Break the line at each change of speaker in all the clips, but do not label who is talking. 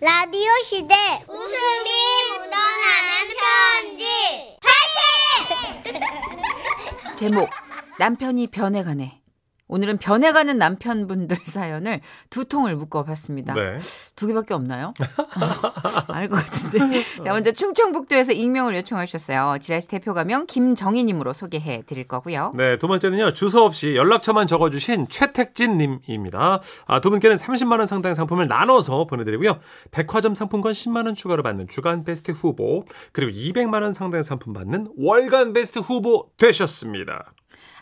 라디오 시대 웃음이 묻어나는 편지
제목 남편이 변해가네. 오늘은 변해가는 남편분들 사연을 두 통을 묶어봤습니다.
네.
두 개밖에 없나요? 알 것 같은데. 자, 먼저 충청북도에서 익명을 요청하셨어요. 지라시 대표 가명 김정희님으로 소개해 드릴 거고요.
네, 두 번째는요. 주소 없이 연락처만 적어주신 최택진 님입니다. 아, 두 분께는 30만 원 상당의 상품을 나눠서 보내드리고요. 백화점 상품권 10만 원 추가로 받는 주간 베스트 후보 그리고 200만 원 상당의 상품 받는 월간 베스트 후보 되셨습니다.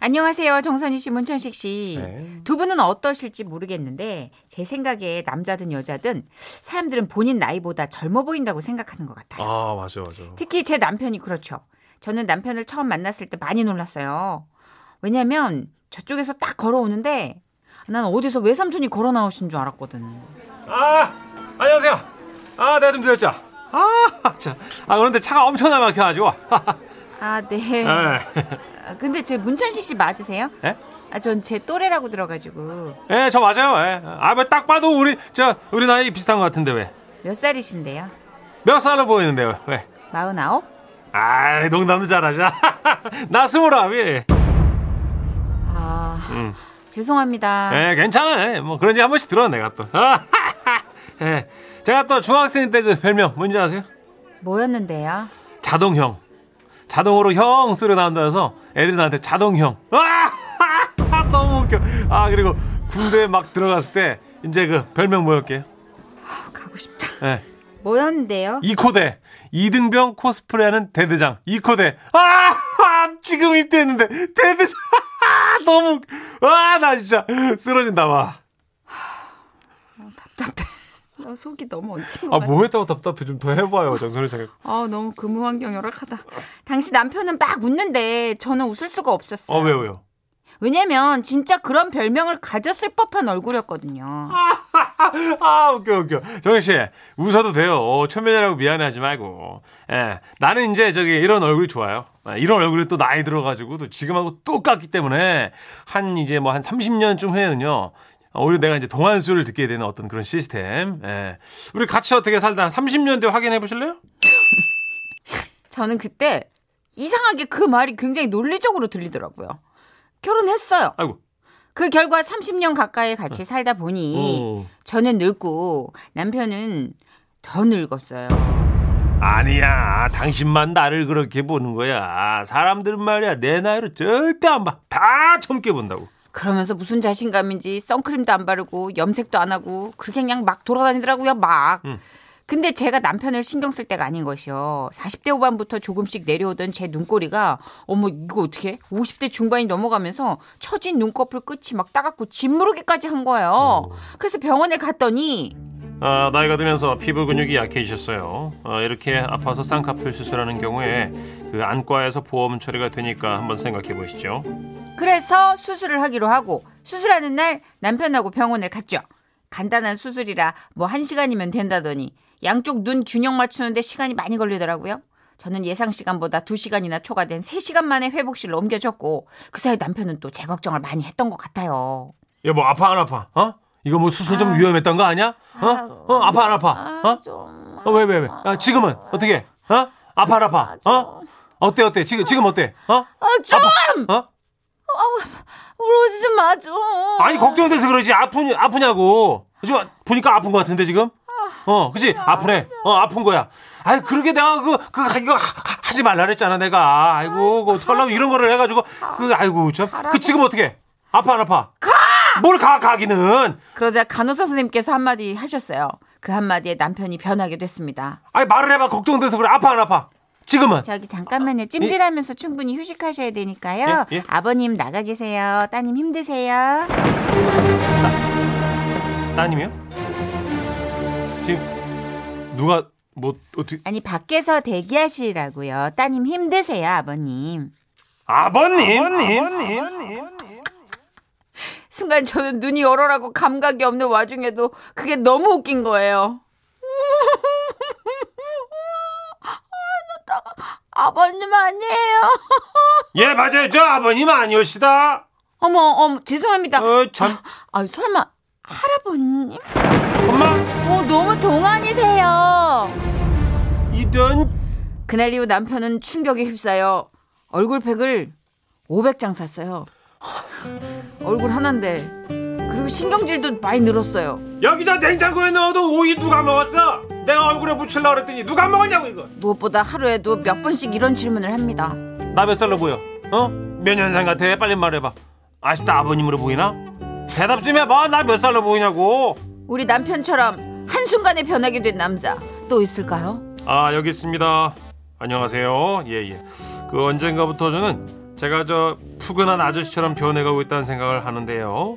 안녕하세요. 정선희 씨, 문천식 씨.
네.
두 분은 어떠실지 모르겠는데 제 생각에 남자든 여자든 사람들은 본인 나이보다 젊어 보인다고 생각하는 것 같아요.
아, 맞아, 맞아.
특히 제 남편이 그렇죠. 저는 남편을 처음 만났을 때 많이 놀랐어요. 왜냐면 저쪽에서 딱 걸어오는데 난 어디서 외삼촌이 걸어 나오신 줄 알았거든.
아, 안녕하세요. 아, 내가 좀 늦었죠. 아, 자, 아 그런데 차가 엄청나 막혀가지고.
아, 네.
예,
아, 근데 저 문천식 씨 맞으세요?
예?
아, 전 제 또래라고 들어가지고
예, 저 맞아요. 예. 아, 뭐 딱 봐도 우리 저 우리 나이 비슷한 것 같은데 왜?
몇 살이신데요?
몇 살로 보이는데요? 왜?
마흔아홉?
아, 농담도 잘하자. 나 스물아홉이.
아,
음.
죄송합니다.
예, 괜찮아. 뭐 그런지 한 번씩 들어 내가 또. 예, 제가 또 중학생 때 그 별명 뭔지 아세요?
뭐였는데요?
자동형. 자동으로 형 소리 나온다 해서 애들이 나한테 자동형. 너무 웃겨. 아 그리고 군대에 막 들어갔을 때 이제 그 별명 뭐였게요?
아, 가고 싶다.
예.
뭐였는데요?
이코대 이등병 코스프레하는 대대장 이코대 아, 아, 지금 입대했는데 대대장 아, 너무 아 나 진짜 쓰러진다 와아
답답해. 나 아, 속이 너무 얹힌 것 같아.
뭐했다고 답답해 좀 더 해봐요 정선이 생각
아, 너무 근무 환경 열악하다. 당시 남편은 막 웃는데 저는 웃을 수가 없었어요.
어 왜요 왜요
왜냐면 진짜 그런 별명을 가졌을 법한 얼굴이었거든요.
아 웃겨 웃겨 정현 씨 웃어도 돼요 어, 초면이라고 미안해하지 말고 예 나는 이제 저기 이런 얼굴이 좋아요 아, 이런 얼굴이 또 나이 들어가지고 또 지금하고 똑같기 때문에 한 이제 뭐 한 30년쯤 후에는요 어, 오히려 내가 이제 동안수를 듣게 되는 어떤 그런 시스템 예 우리 같이 어떻게 살다 30년 뒤 확인해 보실래요?
저는 그때 이상하게 그 말이 굉장히 논리적으로 들리더라고요. 결혼했어요.
아이고
그 결과 30년 가까이 같이 살다 보니
어.
저는 늙고 남편은 더 늙었어요.
아니야 당신만 나를 그렇게 보는 거야 사람들은 말이야 내 나이로 절대 안 봐 다 젊게 본다고
그러면서 무슨 자신감인지 선크림도 안 바르고 염색도 안 하고 그렇게 그냥 막 돌아다니더라고요. 막. 근데 제가 남편을 신경 쓸 때가 아닌 것이요. 40대 후반부터 조금씩 내려오던 제 눈꼬리가 어머 이거 어떻게? 50대 중반이 넘어가면서 처진 눈꺼풀 끝이 막 따갑고 짓무르기까지 한 거예요. 그래서 병원에 갔더니
아, 나이가 들면서 피부 근육이 약해지셨어요. 아, 이렇게 아파서 쌍꺼풀 수술하는 경우에 그 안과에서 보험 처리가 되니까 한번 생각해 보시죠.
그래서 수술을 하기로 하고 수술하는 날 남편하고 병원을 갔죠. 간단한 수술이라 뭐 한시간이면 된다더니 양쪽 눈 균형 맞추는데 시간이 많이 걸리더라고요. 저는 예상 시간보다 두시간이나 초과된 세시간 만에 회복실로 옮겨졌고 그 사이 남편은 또 제 걱정을 많이 했던 것 같아요.
여보 아파 안 아파? 어? 이거 뭐 수술 좀 위험했던 거 아니야? 어? 어 아파 안 아파?
좀...
어? 왜왜 왜? 왜? 아, 지금은 어떻게? 어? 아파 안 아파? 어? 어때 어때? 지금 지금 어때? 어?
아, 좀!
어?
울어지 좀 마죠.
아니 걱정돼서 그러지 아프니 아프냐고 지금 보니까 아픈 것 같은데 지금 어 그지 아프네 어 아픈 거야 아이 그렇게 내가 그그 이거 하- 하지 말라 그랬잖아 내가 아이고 그 털남 이런 거를 해가지고 그 아이고 참 그 지금 어떻게 아파 안 아파 뭘 가 가기는
그러자 간호사 선생님께서 한마디 하셨어요. 그 한마디에 남편이 변하게 됐습니다.
아이 말을 해봐 걱정돼서 그래 아파 안 아파 지금은
저기 잠깐만요. 찜질하면서 충분히 휴식하셔야 되니까요.
아, 예, 예.
아버님 나가 계세요. 따님 힘드세요.
따님이요 지금 누가 뭐 어떻게
아니 밖에서 대기하시라고요. 따님 힘드세요, 아버님.
아버님 아버님
순간 저는 눈이 얼얼하고 감각이 없는 와중에도 그게 너무 웃긴 거예요. 아, 아버님 아니에요.
예 맞아요 저 아버님 아니오시다
어머, 어머, 죄송합니다.
어참
아, 설마 할아버님?
엄마
어, 너무 동안이세요.
뜬.
그날 이후 남편은 충격에 휩싸여 얼굴팩을 500장 샀어요. 얼굴 하나인데 그리고 신경질도 많이 늘었어요.
여기저 냉장고에 넣어도 오이 누가 먹었어? 내가 얼굴에 묻히려고 그랬더니 누가 먹었냐고 이거.
무엇보다 하루에도 몇 번씩 이런 질문을 합니다.
나 몇 살로 보여? 어? 몇 년생 같아? 빨리 말해봐. 아쉽다 아버님으로 보이나? 대답 좀 해봐. 나 몇 살로 보이냐고.
우리 남편처럼 한순간에 변하게 된 남자 또 있을까요?
아 여기 있습니다. 안녕하세요. 예예. 그 언젠가부터 저는 제가 저 푸근한 아저씨처럼 변해가고 있다는 생각을 하는데요.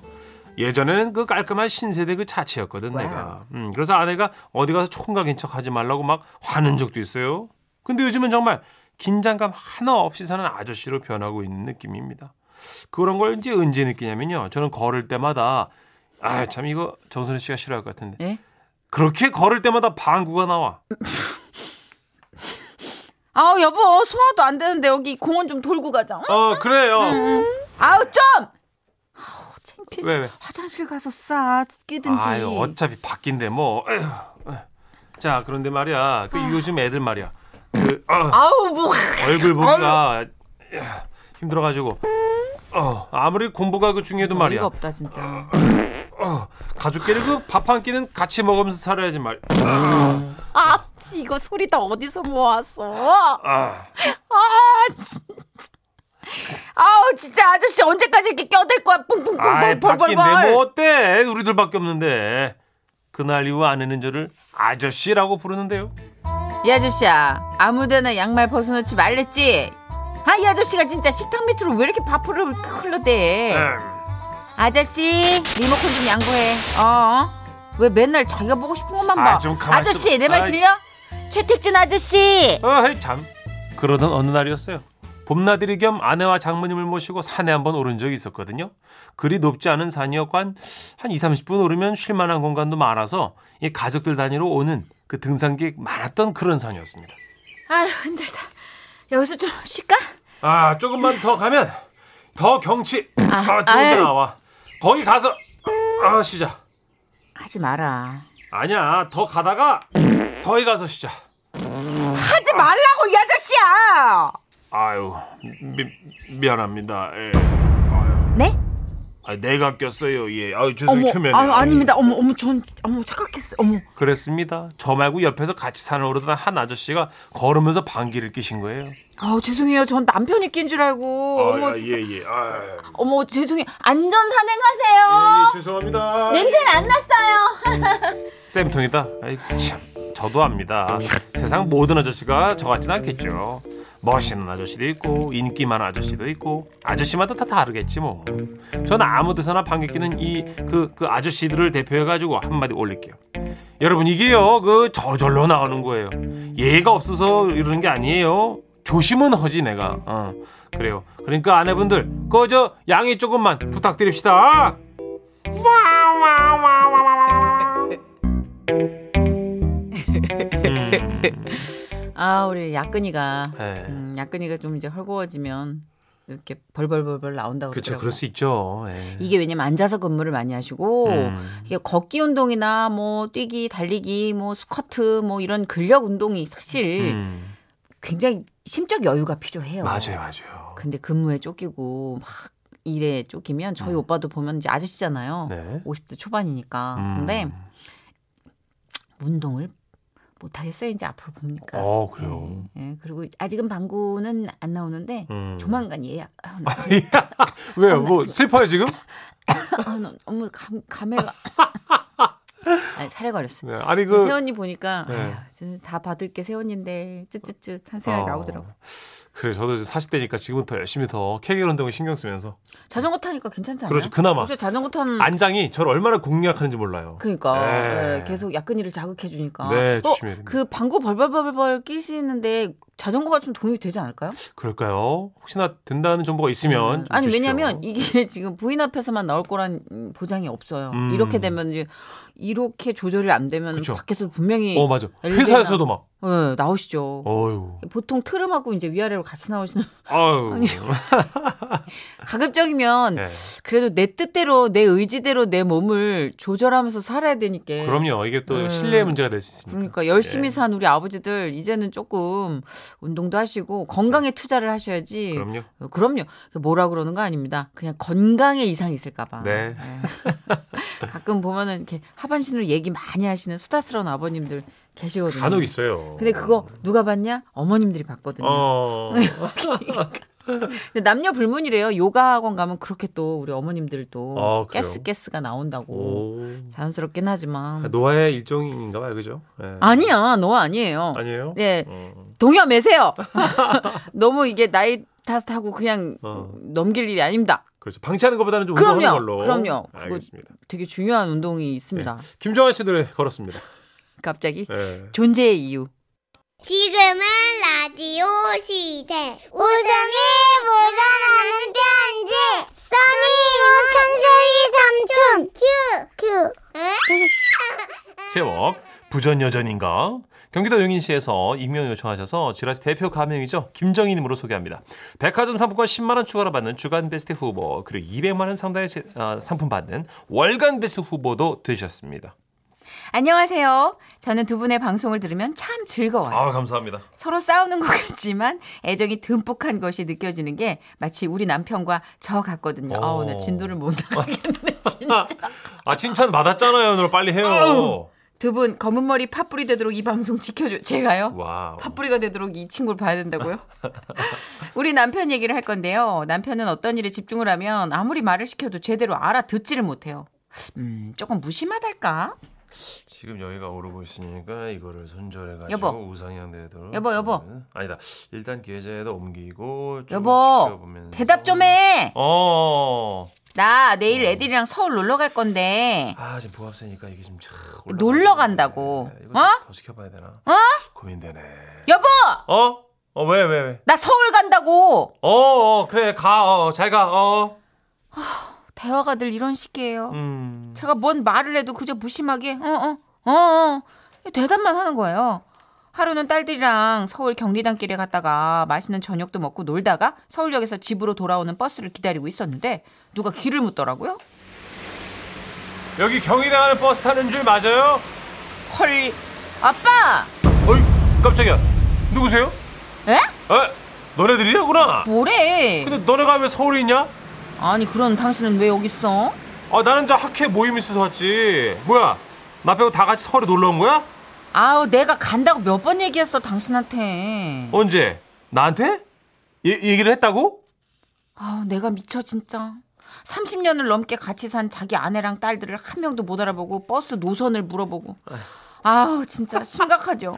예전에는 그 깔끔한 신세대 그 자체였거든 내가. 음, 그래서 아내가 어디 가서 총각인 척하지 말라고 막 화낸 적도 있어요. 근데 요즘은 정말 긴장감 하나 없이 사는 아저씨로 변하고 있는 느낌입니다. 그런 걸 이제 언제 느끼냐면요. 저는 걸을 때마다 아 참 이거 정선우 씨가 싫어할 것 같은데
예?
그렇게 걸을 때마다 방구가 나와.
아우 여보 소화도 안 되는데 여기 공원 좀 돌고 가자. 응?
어 그래요.
아우 좀. 아우 창피해.
왜, 왜?
화장실 가서 싸 끼든지.
아유, 어차피 바뀐데 뭐. 에휴, 에휴. 자, 그런데 말이야.
아.
그 요즘 애들 말이야. 그 어,
아우 뭐.
얼굴 보기가 야, 힘들어가지고. 어, 아무리 공부가 그 중요해도 말이야.
이가 없다 진짜.
어, 가족끼리 그 밥 한 끼는 같이 먹으면서 살아야지 말.
아 이거 소리 다 어디서 모았어?
아,
아 진짜. 아우 진짜 아저씨 언제까지 이렇게 껴댈 거야?
아이,
뿡뿡뿡뿡
바뀐데
뭐, 벌벌벌.
뭐 어때? 우리들밖에 없는데. 그날 이후 아내는 저를 아저씨라고 부르는데요.
이 아저씨야 아무데나 양말 벗어놓지 말랬지. 아 이 아저씨가 진짜 식탁 밑으로 왜 이렇게 밥풀을 흘러대?
음.
아저씨 리모컨 좀 양보해. 어? 왜 맨날 자기가 보고 싶은 것만 봐?
아, 좀 가만히
저씨
있어.
내 말
아이.
들려? 최택진 아저씨.
어이 참 그러던 어느 날이었어요 봄나들이 겸 아내와 장모님을 모시고 산에 한번 오른 적이 있었거든요 그리 높지 않은 산이었고 한, 한 2, 30분 오르면 쉴만한 공간도 많아서 이 가족들 단위로 오는 그 등산객 많았던 그런 산이었습니다
아유 힘들다. 여기서 좀 쉴까?
아 조금만 더 가면 더 경치 아, 조금
아이.
더 나와 거기 가서 아 쉬자
하지 마라.
아니야 더 가다가 거기 가서 쉬자
하지 말라고 이 아저씨야.
아유 미, 미안합니다 예.
네?
아, 내가 꼈어요 예. 아유 죄송해요
어머,
최면에 음,
아유, 아닙니다. 어머, 어머, 전 어머 착각했어. 어머,
그랬습니다. 저 말고 옆에서 같이 산을 오르던 한 아저씨가 걸으면서 방귀를 끼신 거예요.
아우 죄송해요. 전 남편이 낀 줄 알고. 어머,
아, 예, 예. 아, 예,
어머 죄송해요. 안전 산행하세요.
예, 죄송합니다.
아, 냄새는 안 났어요.
쌤통이다. 아이고, 참. 저도 압니다. 세상 모든 아저씨가 저같진 않겠죠. 멋있는 아저씨도 있고 인기 많은 아저씨도 있고 아저씨마다 다 다르겠지 뭐. 저는 아무 데서나 방귀 끼는 이 그 그 아저씨들을 대표해 가지고 한마디 올릴게요. 여러분 이게요 그 저절로 나오는 거예요 예의가 없어서 이러는 게 아니에요 조심은 허지 내가 어 그래요 그러니까 아내분들 그저 양해 조금만 부탁드립시다 와, 와, 와, 와, 와, 와. 음.
아 우리 야근이가
네.
음, 야근이가 좀 이제 헐거워지면 이렇게 벌벌벌벌 나온다고
그렇죠
그러더라고요.
그럴 수 있죠 예.
이게 왜냐면 앉아서 근무를 많이 하시고
음.
이게 걷기 운동이나 뭐 뛰기, 달리기, 뭐 스쿼트 뭐 이런 근력 운동이 사실
음,
굉장히 심적 여유가 필요해요.
맞아요 맞아요
근데 근무에 쫓기고 막 일에 쫓기면 저희 오빠도 보면 이제 아저씨잖아요.
음. 네
50대 초반이니까.
음.
근데 운동을 못 하겠어요. 이제 앞으로 보니까.
어, 그래요.
예, 예. 그리고 아직은 방구는 안 나오는데
음.
조만간 예약. 아, 나,
왜요 뭐 슬퍼요 지금
아, 나 너무 감 감회가. 아니, 사례거렸습니다.
네, 아니 그
세원이 보니까
네.
아휴, 저는 다 받을 게 세원인데 쯧쯧쯧 한 생각이
어.
나오더라고.
그래 저도 이제 40대니까 지금은 더 열심히 더 케겔 운동에 신경 쓰면서
자전거 타니까 괜찮지 않아요?
그렇죠, 그나마.
요새 자전거 타는
안장이 저를 얼마나 공략하는지 몰라요
그러니까
네.
예, 계속 약근이를 자극해 주니까.
네,
어,
조심해야 됩니다.
그 방구 벌벌벌벌 끼시는데 자전거가 좀 도움이 되지 않을까요?
그럴까요? 혹시나 된다는 정보가 있으면 좀
음. 아니
주시죠.
왜냐면 이게 지금 부인 앞에서만 나올 거란 음, 보장이 없어요.
음.
이렇게 되면 이제 이렇게 조절이 안 되면
그쵸.
밖에서 분명히
어 맞아
엘베나.
회사에서도 막
예, 나오시죠.
어유.
보통 트름하고 이제 위아래로 같이 나오시는
아유.
가급적이면
네.
그래도 내 뜻대로 내 의지대로 내 몸을 조절하면서 살아야 되니까
그럼요. 이게 또
음.
신뢰의 문제가 될 수 있으니까.
그러니까 열심히
예.
산 우리 아버지들 이제는 조금 운동도 하시고 건강에 투자를 하셔야지.
그럼요.
어, 그럼요. 뭐라 그러는 거 아닙니다. 그냥 건강에 이상이 있을까봐. 예.
네.
가끔 보면은 이렇게 하반신으로 얘기 많이 하시는 수다스러운 아버님들 계시거든요.
간혹 있어요.
근데 그거 음. 누가 봤냐? 어머님들이 봤거든요.
어.
근데 남녀 불문이래요. 요가 학원 가면 그렇게 또 우리 어머님들
아,
또
그래요?
깨스 깨스가 나온다고.
오.
자연스럽긴 하지만.
노아의 일종인가 봐요. 그죠? 예.
아니야, 너 아니에요.
아니에요?
예,
어.
동요 매세요. 너무 이게 나이 탓하고 그냥
어.
넘길 일이 아닙니다.
그렇죠. 방치하는 것보다는 좀
그럼요.
운동하는 걸로.
그럼요. 그거-
알겠습니다.
되게 중요한 운동이 있습니다.
김정환 씨 노래 걸었습니다.
갑자기
예.
존재의 이유.
지금은 라디오 시대. 웃음이 묻어나는 편지. 써니 우천세기 삼촌. 큐. 큐.
제목 부전여전인가 경기도 용인시에서 익명 요청하셔서 지라시 대표 가명이죠 김정희님으로 소개합니다. 백화점 상품권 10만 원 추가로 받는 주간 베스트 후보 그리고 200만 원 상당의 제- 아, 상품 받는 월간 베스트 후보도 되셨습니다.
안녕하세요. 저는 두 분의 방송을 들으면 참 즐거워요.
아 감사합니다.
서로 싸우는 것 같지만 애정이 듬뿍한 것이 느껴지는 게 마치 우리 남편과 저 같거든요.
오.
아, 오늘 진도를 못 나가겠네, 진짜.
아 칭찬 받았잖아요 오늘 빨리 해요.
두 분 검은 머리 팥뿌리 되도록 이 방송 지켜줘. 제가요?
와.
팥뿌리가 되도록 이 친구를 봐야 된다고요? 우리 남편 얘기를 할 건데요. 남편은 어떤 일에 집중을 하면 아무리 말을 시켜도 제대로 알아듣지를 못해요. 음, 조금 무심하달까?
지금 여기가 오르고 있으니까 이거를 손절해 가지고
여보.
우상향 되도록.
여보, 여보.
아니다. 일단 계좌에다 옮기고 좀
여보,
지켜보면서.
대답 좀 해!
어.
나 내일 애들이랑 서울 놀러 갈 건데.
아 지금 부합세니까 이게 지금 참 네,
놀러 간다고.
이거
어?
더 시켜봐야 되나?
어?
고민되네.
여보!
어? 어 왜 왜 왜?
나 서울 간다고!
어, 어 그래 가어잘 가. 어.
대화가 늘 이런 식이에요.
음.
제가 뭔 말을 해도 그저 무심하게 어어 어어 대답만 하는 거예요. 하루는 딸들이랑 서울 경리단길에 갔다가 맛있는 저녁도 먹고 놀다가 서울역에서 집으로 돌아오는 버스를 기다리고 있었는데 누가 길을 묻더라고요.
여기 경희대 가는 버스 타는 줄 맞아요?
헐 아빠
어이 깜짝이야. 누구세요?
에
에? 너네들이구나.
뭐래?
근데 너네가 왜 서울에 있냐?
아니 그런 당신은 왜 여기 있어?
아 나는 저 학회 모임 있어서 왔지. 뭐야? 나 빼고 다 같이 서울에 놀러 온 거야?
아우 내가 간다고 몇 번 얘기했어 당신한테.
언제? 나한테? 얘 얘기를 했다고?
아우 내가 미쳐 진짜. 30년을 넘게 같이 산 자기 아내랑 딸들을 한 명도 못 알아보고 버스 노선을 물어보고. 아우 진짜 심각하죠.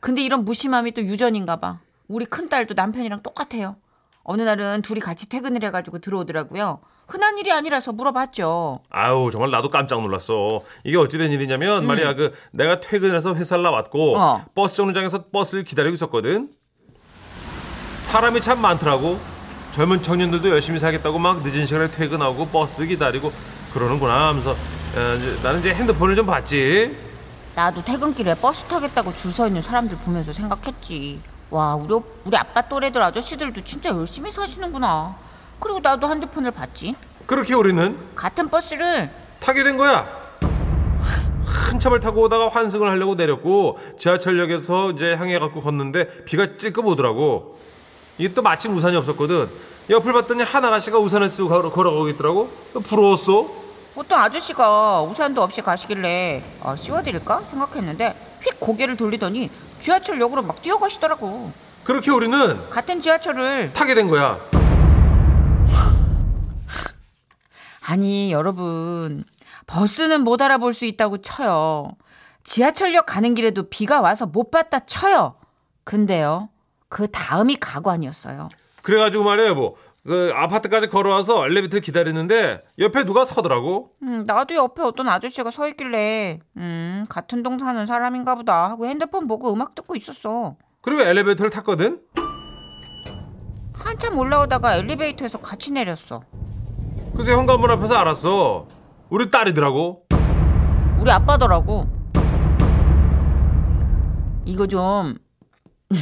근데 이런 무심함이 또 유전인가 봐. 우리 큰딸도 남편이랑 똑같아요. 어느 날은 둘이 같이 퇴근을 해가지고 들어오더라고요. 흔한 일이 아니라서 물어봤죠.
아우 정말 나도 깜짝 놀랐어. 이게 어찌된 일이냐면 말이야 그 내가 퇴근해서 회사를 나왔고
어.
버스 정류장에서 버스를 기다리고 있었거든. 사람이 참 많더라고. 젊은 청년들도 열심히 살겠다고 막 늦은 시간에 퇴근하고 버스 기다리고 그러는구나 하면서 어, 이제 나는 이제 핸드폰을 좀 봤지.
나도 퇴근길에 버스 타겠다고 줄 서 있는 사람들 보면서 생각했지. 와, 우리, 오- 우리 아빠 또래들 아저씨들도 진짜 열심히 사시는구나. 그리고 나도 핸드폰을 봤지.
그렇게 우리는
같은 버스를
타게 된 거야. 한참을 타고 오다가 환승을 하려고 내렸고 지하철역에서 이제 향해 갖고 걷는데 비가 찔끔 오더라고. 이게 또 마침 우산이 없었거든. 옆을 봤더니 한 아가씨가 우산을 쓰고 걸어- 걸어가고 있더라고. 부러웠어.
어떤 아저씨가 우산도 없이 가시길래 아, 씌워드릴까 생각했는데 휙 고개를 돌리더니 지하철역으로 막 뛰어가시더라고.
그렇게 우리는
같은 지하철을
타게 된 거야.
아니 여러분 버스는 못 알아볼 수 있다고 쳐요. 지하철역 가는 길에도 비가 와서 못 봤다 쳐요. 근데요 그 다음이 가관이었어요.
그래가지고 말이야 여보. 그 아파트까지 걸어와서 엘리베이터 기다리는데 옆에 누가 서더라고.
음, 나도 옆에 어떤 아저씨가 서 있길래 음, 같은 동 사는 사람인가 보다 하고 핸드폰 보고 음악 듣고 있었어.
그리고 엘리베이터를 탔거든.
한참 올라오다가 엘리베이터에서 같이 내렸어.
그래서 현관문 앞에서 알았어. 우리 딸이더라고.
우리 아빠더라고. 이거 좀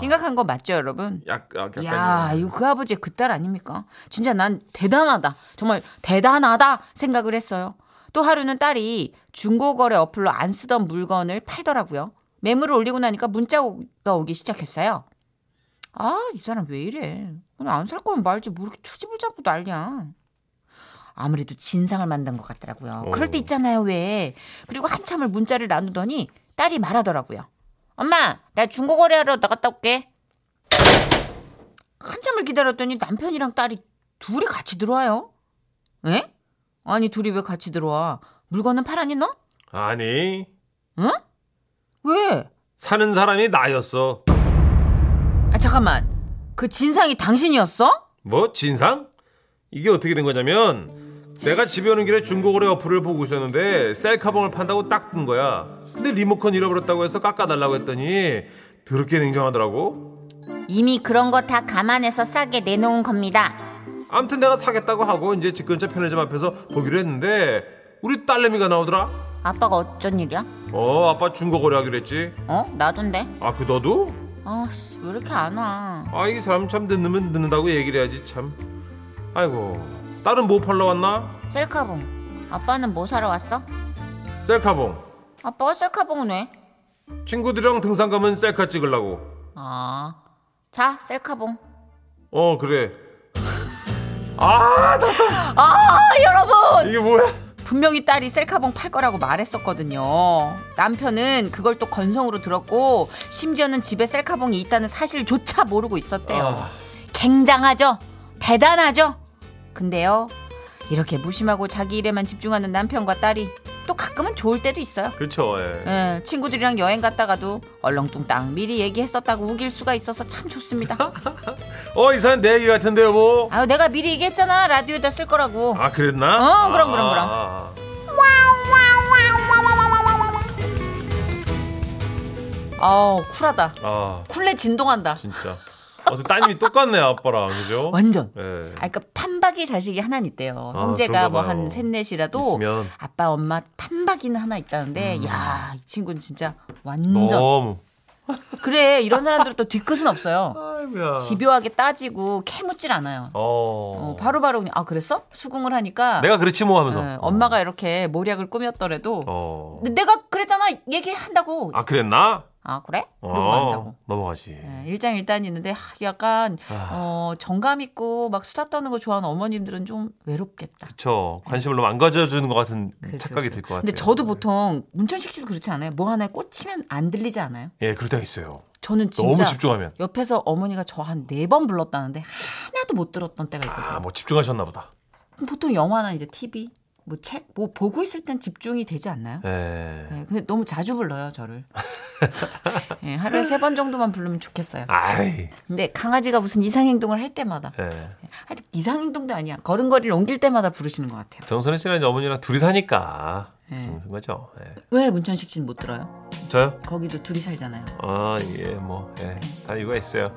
생각한 거 맞죠, 여러분?
약, 약, 약간.
야, 이거 그 아버지 그 딸 아닙니까? 진짜 난 대단하다. 정말 대단하다 생각을 했어요. 또 하루는 딸이 중고거래 어플로 안 쓰던 물건을 팔더라고요. 매물을 올리고 나니까 문자가 오기 시작했어요. 아, 이 사람 왜 이래? 오늘 안 살 거면 말지 뭐 이렇게 투집을 잡고 난리야. 아무래도 진상을 만난 것 같더라고요. 그럴 때
오.
있잖아요, 왜. 그리고 한참을 문자를 나누더니 딸이 말하더라고요. 엄마, 나 중고거래하러 나갔다 올게. 한참을 기다렸더니 남편이랑 딸이 둘이 같이 들어와요. 에? 아니, 둘이 왜 같이 들어와? 물건은 팔았니, 너?
아니,
왜?
사는 사람이 나였어.
아, 잠깐만. 그 진상이 당신이었어?
뭐 진상? 이게 어떻게 된 거냐면 내가 집에 오는 길에 중고거래 어플을 보고 있었는데 셀카봉을 판다고 딱 뜬 거야. 근데 리모컨 잃어버렸다고 해서 깎아달라고 했더니 더럽게 냉정하더라고.
이미 그런 거 다 감안해서 싸게 내놓은 겁니다.
암튼 내가 사겠다고 하고 이제 집 근처 편의점 앞에서 보기로 했는데 우리 딸내미가 나오더라.
아빠가 어쩐 일이야?
어 아빠 중고거래 하기로 했지.
어? 나던데?
아 그 너도?
아, 씨, 왜 이렇게 안 와?
아 이 사람 참 듣는면 듣는다고 얘기를 해야지 참. 아이고 딸은 뭐 팔러 왔나?
셀카봉. 아빠는 뭐 사러 왔어?
셀카봉.
아빠가 셀카봉은 왜?
친구들이랑 등산 가면 셀카 찍으려고.
아. 자, 셀카봉.
어 그래 아 나-
아, 여러분!
이게 뭐야
분명히 딸이 셀카봉 팔 거라고 말했었거든요. 남편은 그걸 또 건성으로 들었고, 심지어는 집에 셀카봉이 있다는 사실조차 모르고 있었대요.
아.
굉장하죠? 대단하죠? 근데요, 이렇게 무심하고 자기 일에만 집중하는 남편과 딸이 또 가끔은 좋을 때도 있어요.
그쵸 예.
예, 친구들이랑 여행 갔다가도 얼렁뚱땅 미리 얘기했었다고 우길 수가 있어서 참 좋습니다.
어이 사람 내 얘기 같은데 여보
아유 내가 미리 얘기했잖아 라디오에다 쓸 거라고.
아 그랬나
어, 그럼, 그럼, 그럼.
아,
아우 쿨하다.
아, 아,
쿨레 진동한다.
진짜 어떤 따님이 똑같네 아빠랑 그죠
완전.
예.
아, 그러니까 판박이 자식이 하나 있대요.
아,
형제가
그런가
뭐
봐요.
한 셋넷이라도
있으면 음.
아빠 엄마 판박이는 하나 있다는데 야 이 친구는 진짜 완전
너무
그래 이런 사람들은 또 뒤끝은 없어요.
아이고야
집요하게 따지고 캐묻질 않아요.
어.
어, 바로바로 그냥 아 그랬어? 수긍을 하니까
내가 그렇지 뭐 하면서
예, 엄마가 이렇게 모략을 꾸몄더래도
어.
근데 내가 그랬잖아 얘기한다고 아,
아 그랬나
그래?
어,
이러고 한다고
넘어가지
예, 일장일단이 있는데 하, 약간
아.
어, 정감 있고 막 수다 떠는 거 좋아하는 어머님들은 좀 외롭겠다
그쵸 관심을 너무 안 가져주는 것 같은
그죠,
음, 착각이
그죠.
들 것 같아요 네.
근데 저도 보통 문천식 씨도 그렇지 않아요? 뭐 하나에 꽂히면 안 들리지 않아요?
예 그럴 때가 있어요
저는 진짜
너무 집중하면
옆에서 어머니가 저 한 네 번 불렀다는데 하나도 못 들었던 때가 있거든요
아 뭐 집중하셨나 보다
보통 영화나 이제 TV 뭐 책 뭐 보고 있을 땐 집중이 되지 않나요?
예
네, 근데 너무 자주 불러요 저를. 네, 하루에 세 번 정도만 부르면 좋겠어요.
아이
근데 강아지가 무슨 이상 행동을 할 때마다,
예.
하여튼 이상 행동도 아니야. 걸음걸이를 옮길 때마다 부르시는 것 같아요.
정선혜 씨랑 이제 어머니랑 둘이 사니까
예.
그런 거죠. 예.
왜 문천식 씨는 못 들어요?
저요?
거기도 둘이 살잖아요.
아, 예, 뭐, 예. 다 이유가 있어요.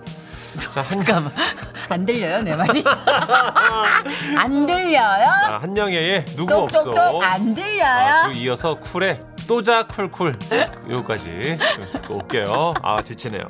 자, 아, 한,
잠깐만 안 들려요 내 말이? 안 들려요?
아, 한영애의 누구 없어.
똑똑똑 안
아,
들려요?
그리고 이어서 네, 쿨의 또자 쿨쿨. 요거까지 듣고 올게요. 아, 지치네요.